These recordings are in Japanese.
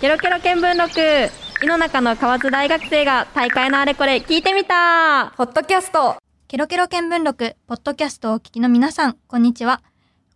ケロケロ見聞録井の中の河津大学生が大会のあれこれ聞いてみたポッドキャストケロケロ見聞録、ポッドキャストをお聞きの皆さん、こんにちは。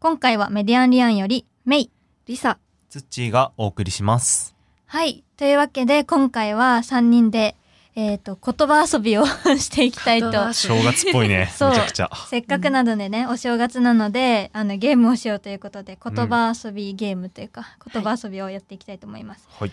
今回はメディアンリアンより、メイ、リサ。ツッチーがお送りします。はい。というわけで、今回は3人で、えっ、と、言葉遊びを していきたいと。正月っぽいね。めち そうゃくちゃ。せっかくなのでね、お正月なので、あの、ゲームをしようということで、言葉遊びゲームというか、言葉遊びをやっていきたいと思います。はい。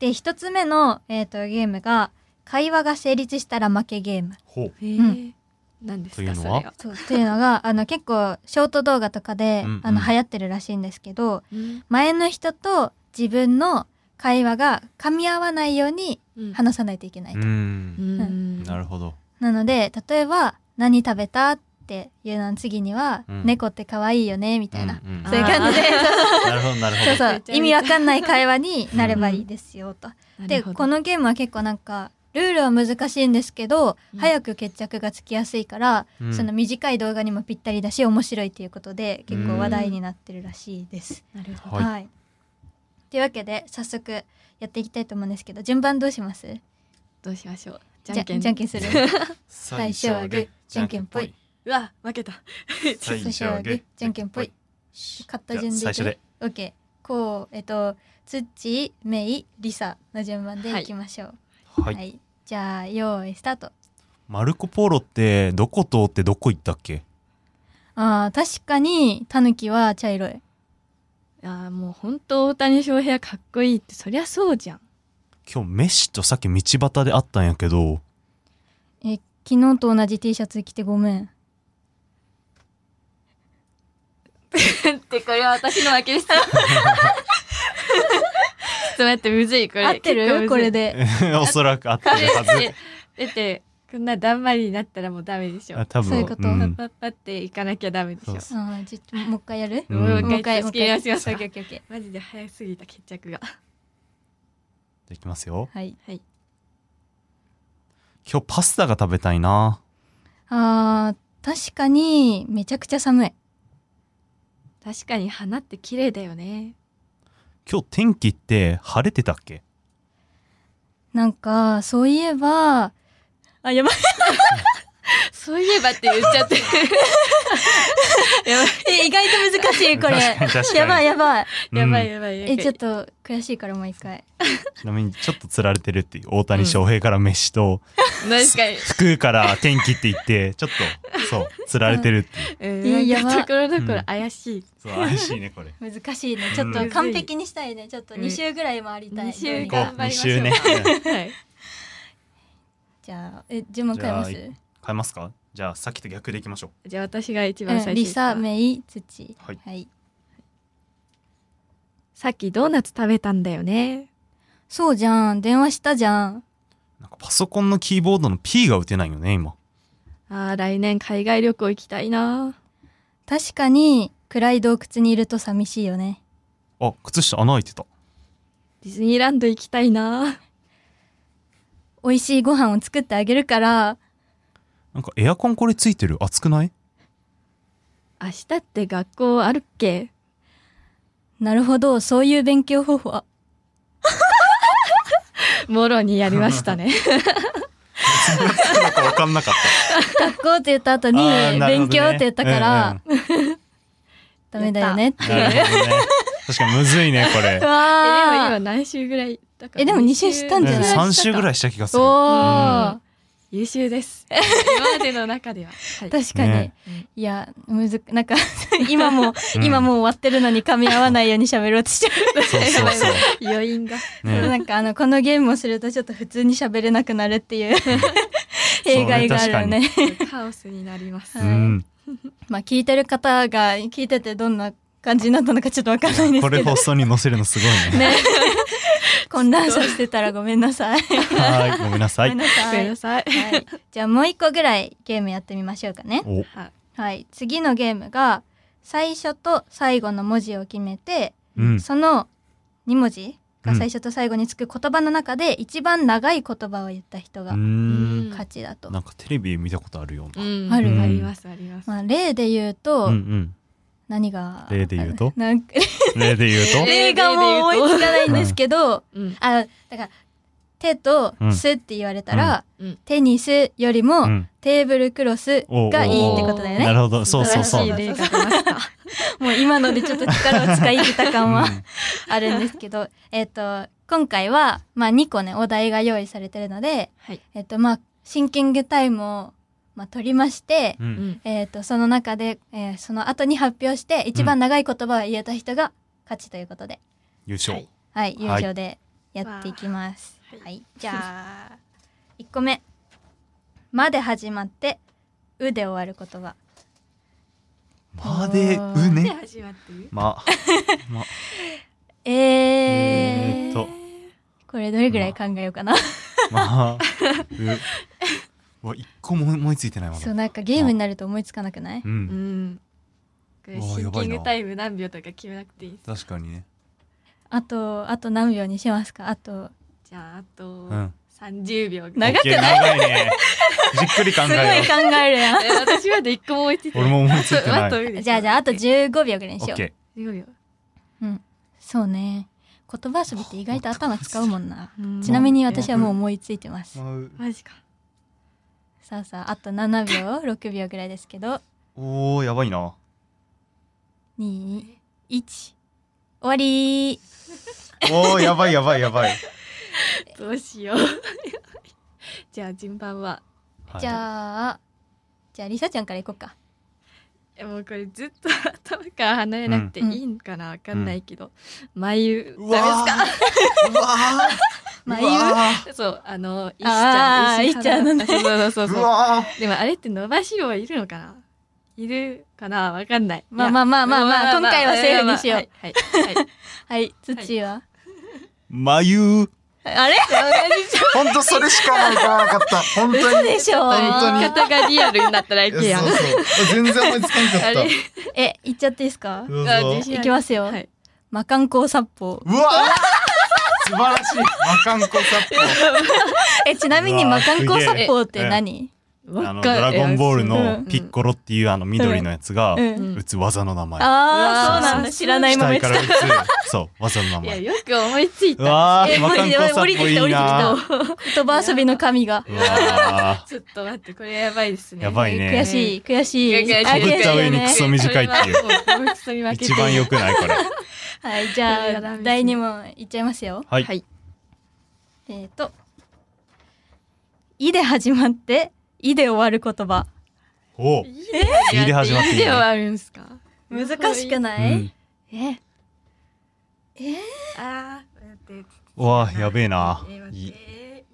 で、一つ目の、えっ、と、ゲームが、会話が成立したら負けゲーム。ほう。えーうん何ですといかうそのれはは、そうっていうのがあの結構ショート動画とかで、うんうんあの流行ってるらしいんですけどうん前の人と自分の会話が噛み合わないようにうん話さないといけない、うん。んなるほど。なので例えば「何食べた?」っていうのの次には「うん猫って可愛いよね」みたいな、うんうんあそういう感じでなるほど、なるほそうど。そう意味わかんない会話になればいいですよと。なでるほどこのゲームは結構なんかルールは難しいんですけど、うん早く決着がつきやすいから、うんその短い動画にもぴったりだし面白いということで結構話題になってるらしいです。なるほははいい、というわけで早速やっていきたいと思うんですけど順番どうしますどうしましょうじじゃゃんけん じゃんけんする最初はグーじゃんけんぽい。うわ負け た最初はグーじゃんけんぽい。勝った順でいくじゃあ最初で。 OK こうえっとツッチーメイリサの順番でいきましょう。ははい、い。じゃあ用意スタート。マルコポーロって、どこ通ってどこ行ったっけあー確かにタヌキは茶色い。あーもう本当大谷翔平かっこいい ってそりゃそうじゃん今日、メッシとさっき道端で会ったんやけ ど、え昨日と同じ T シャツ着てごめん。ってこれは私の負けです ちょっと待ってむずいこれ合って結構むずるいこれで。 おそらく会ってるはず。だってこんなだんまりになったらもうダメでしょあ多そうい分うこ。とうんパッパって行かなきゃダメでしょそうそあーじゃもう一回やるうんもうもう一回一回、もうもう一回や一りま回。すオッかケーオッケーオッケーマジで早すぎた決着がいきますよ。はい。今日パスタが食べたいな。あー、確かに、めちゃくちゃ寒い。確かに花って綺麗だよね今日天気って晴れてたっけなんか、そういえば、あ、やばい。 そういえばって言っちゃってやばいえ意外と難 しい、これ。確かに確かにやばい、やばい。やばいうんやばい、え、ちょっと、悔しいからもう一回。ちなみにちょっと釣られてるっていう大谷翔平から飯と、確 かに福から天気って言ってちょっとそう釣られてるっていううんいやなんかところどこうろん怪しい、そう怪しいねこれ難しいね。ちょっうと、ん完璧にしたいね。ちょっと、うん2週ぐらい回りたい。二週どうに間か頑張りましょう二週ね はいじゃあ、え、順番変えますじ変えますかじゃあさっきと逆でいきましょじゃあ私が一う番ん最初リですかサ、メイ、土。はいはい。さっきドーナツ食べたんだよねそうじゃん。電話したじゃん。うなんかパソコンのキーボードの P が打てないよね今あー来年海外旅行行きたいな確かに、暗い洞窟にいると寂しいよね。あ靴下穴開いてたディズニーランド行きたいな美味しいご飯を作ってあげるから、なんかエアコンこれついてる熱くない明日って学校あるっけなるほど、そういう勉強方法は。もろにやりました ねなんか分かんなかっ学校って言った後に、あーなるほど勉ね強って言ったから、ダメだよね。 たなるほどね確かにむずいねこれうえでもわ今何週ぐらいだからえでも二週したんじゃない3週ぐらいした気がすーるおー優秀です 今までの中では、はい、確かに。ねいや、むず、なんか、 今も、うん今もう終わってるのに噛み合わないように喋ろうとしてる。そうそうそう 余韻がねなんかあの、このゲームをするとちょっと普通に喋れなくなるって いう弊害があるよね。カオスになりますうんまあ聞いてる方が聞いててどんな感じになったのかちょっとわかんないんですこけれど放送に載せるのすごいね混乱させてたらごめんなさい。はい、ごめんなさごいめん。ごなさめいんな。さいはい、じゃあもう一個ぐらいゲームやってみましょうかね。お、はい、次のゲームが最初と最後の文字を決めて、うん、その2文字が最初と最後につく言葉の中で一番長い言葉を言った人うがん、うん勝ちだと。なんかテレビ見たことあるよううんな。あるありますあります、まあ例で言うと、うんうん。何が例で言うとなんか 例で言う例がもう思いつかないんですけど、うんあ、だから、手とすって言われたら、うんうんテニスよりも、うんテーブルクロスがいいってことだよね。なるほどそうそうそ素う晴らしい例が出ました。もう今のでちょっと力を使い切った感はあるんですけど、 えっと、今回は、まあ2個ね、お題が用意されてるので、はいえっと、まあ、シンキングタイムを、まあ、取りまして、うんうんえっと、その中で、えーその後に発表して、一番長い言葉を言えた人が勝ちということで、優勝、はいはい、優はい勝でやっていきます。はわい、あじゃあ、1個目。まで始まって、うで終わる言葉。までうでね始まってるままええーっとこれどれぐらい考えようかな。まあうわ一個も思いついてないわ そう、なんかゲームになると思いつかなくないううんんこれうわシやンばキいンなグタイム何秒とか決めなくていい確かにねあと、あと何秒にしますかあと、じゃああとん30秒長くない OK 長いねじっくり考すごいえよ考えるやえ私まで一個も追いついてう俺も思いついてないい ん。じゃあ、じゃあ、あと15秒ぐらいにオしよッう。ケ15秒そうね。言葉遊びって意外と頭使うもんな。うんちなみに私はもう思いついてますー。まあマジかさあさあ、あと7秒、6秒ぐらいですけど、おーやばいな2、1、終わりーおーやばいやばいやばい、どう しようじゃあ順番ははいじゃあ、じゃあ、りさちゃんから行こうか。えもうこれずっと頭から離れなくていいんかな、わかんないけど「眉、 うダメわですーうわーまあかそうあの石ちあゃーん石そうそうそううそうわでもあれって伸ばし棒いるのかないるかなわかんないまあまあまあまあまあ、今回はセーフにしよう。はいはい、はい、はい、土は。眉あれほんとそれしか思い浮かばなかった本嘘当にでしょ本当に言い方がリアルになったらいけえやんそうそう全然思いつかんかあっれえ、行っちゃっていいですかたどうあぞ自信いきますよ。はい魔漢光殺法。うわー素晴らしい魔漢光殺法 え、ちなみにう魔わー漢光殺法っすげてえ何あのドラゴンボールのピッココロっていうあの緑のやつがうん。ん打つ技の名前ああ、そうなんうだ。わ知らない額豆か知らら打つそう技のい名や前よく思いついうたわえー魔漢光殺法いいな降言葉遊びの神が。うわちょっと待ってこれやばいですねやばいね悔し い、悔しい。悔しいあーかぶった上に悔クしいソよね短いっていうう一番良くないこれはい、じゃこれはダメあ、ですね第2問いっちゃいますよ。はいはいえっと、いで始まって、いで終わる言葉。おういいで始まっていいねいいで終わるんすか難しくいなういんえ、あー待ってうわーやべえなえー待っいいてえ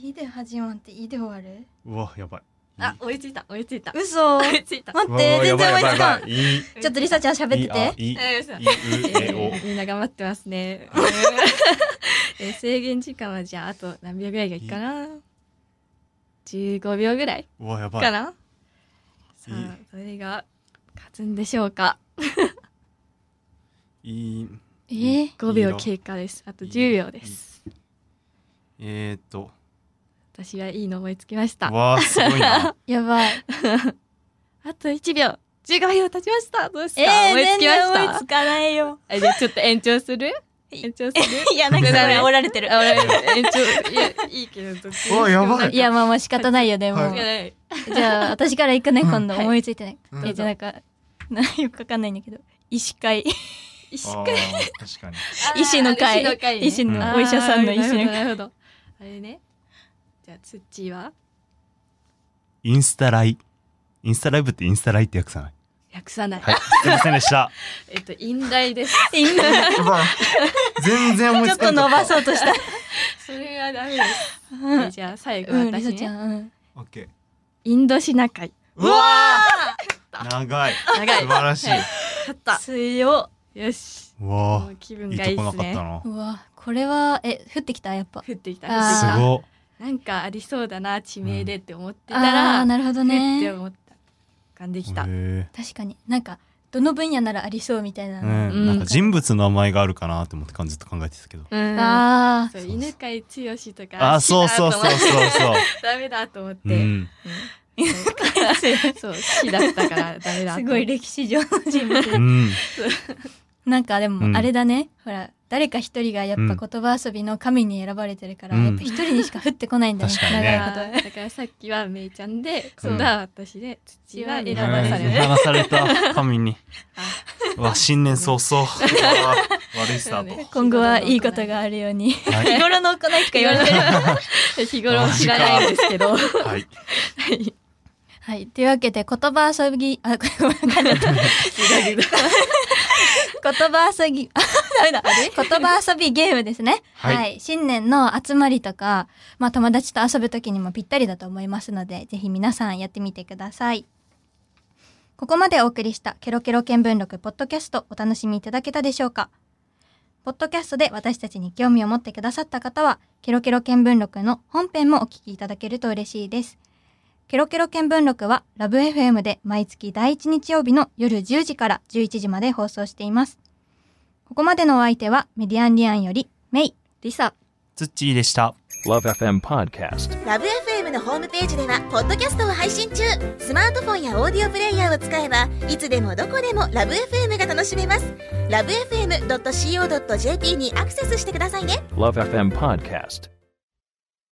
ーいいで始まるいで始まって、いで終わるうわやばいあ追いついた追いついた嘘追 待いついたって、全然思いつかん。んいいちょっとりさちゃん喋ってて。いいあいいえーいいうえ みんな頑張ってますね。 えー制限時間はじゃああと何秒ぐらいがいいかな ?15 秒ぐらいおうわやばかいなさいいあ、どれが勝つんでしょうかいいえー ?5 秒経過です。あと10秒です。えーっと私はいいの思いつきました。あわあすごいなやばい。と1秒 !15 秒経ちましたどうした、えー、思いつ全きま然した思いつかない よ。あじゃあちょっと延長する延長する いや、なんかそれおられてる。あ俺延長、 いや、いいけど、どっちおやばいや、まあまあ仕方ないよね、もはうい。やないじゃあ、私から行くね、うん今度。はい思いついてない。うんえ、じゃあなんか、 なよくわかんないんだけど。医師会。一瞬あー確かに医師の会あー医師の会ね医師うんの、お医者さんの医師のあーなるほどな会。るほどあれねじゃあ土はインスタライインスタライブってインスタライって訳さない訳さない、はいすいませんでしたえっと引来 ですうわ全然思いちょつっとかな伸かばったそうとした。それはダメです、うえじゃあ最後ん、り私さね、ちゃん。うんオッケインドシナ海ーうわー長い長い素晴らしいはい勝った強っよしうもわう気ー分いいがいいとでこなすかったねなうわ、これは、え、降ってきたやっぱ。降ってきたあーすごっなんかありそうだな地名でって思ってたあら、あ、なるほどねってね。思った浮かんできた、へ確かに。なんか、どの分野ならありそうみたいなーの。ねなんか人物の名前があるかなと思ってずっと考えてたけどうんあそうそうそう犬飼剛とかあーそうそうそうそううそうダメだと思っうて、んあ、 すそう死だったからダメだと思ってごい歴史上の人物。うんなんかでうもんあれだね、ほら誰か一人がやっぱ言葉遊びの神に選ばれてるから、うんやっぱ一人にしか降ってこないんだね。確かにねあ長いこーだからさっきはめいちゃんでうん今度は私で土は選ばされうんる選ばされた神に。うわ、新年早々。うわ悪いスタート。と。今後はいいことがあるように。はい日頃の行いとか言われてる。日頃知らないんですけ どはい。 はい。というわけで、言葉遊び、あ、ごめんなさい。言葉遊び、 あ、ダメだ。言葉遊びゲームですね。はい新年の集まりとか、まあ友達と遊ぶときにもぴったりだと思いますので、ぜひ皆さんやってみてください。ここまでお送りしたケロケロ見聞録ポッドキャストお楽しみいただけたでしょうかポッドキャストで私たちに興味を持ってくださった方は、ケロケロ見聞録の本編もお聞きいただけると嬉しいです。ケロケロ見聞録はラブ f m で毎月第1日曜日の夜10時から11時まで放送しています。ここまでのお相手はメディアンリアンよりメイ、リサ、ツッチーでした。 Love FM Podcast. ラブ f m のホームページではポッドキャストを配信中スマートフォンやオーディオプレイヤーを使えばいつでもどこでもラブ f m が楽しめますラブ FM.co.jp にアクセスしてくださいね Love FM Podcast.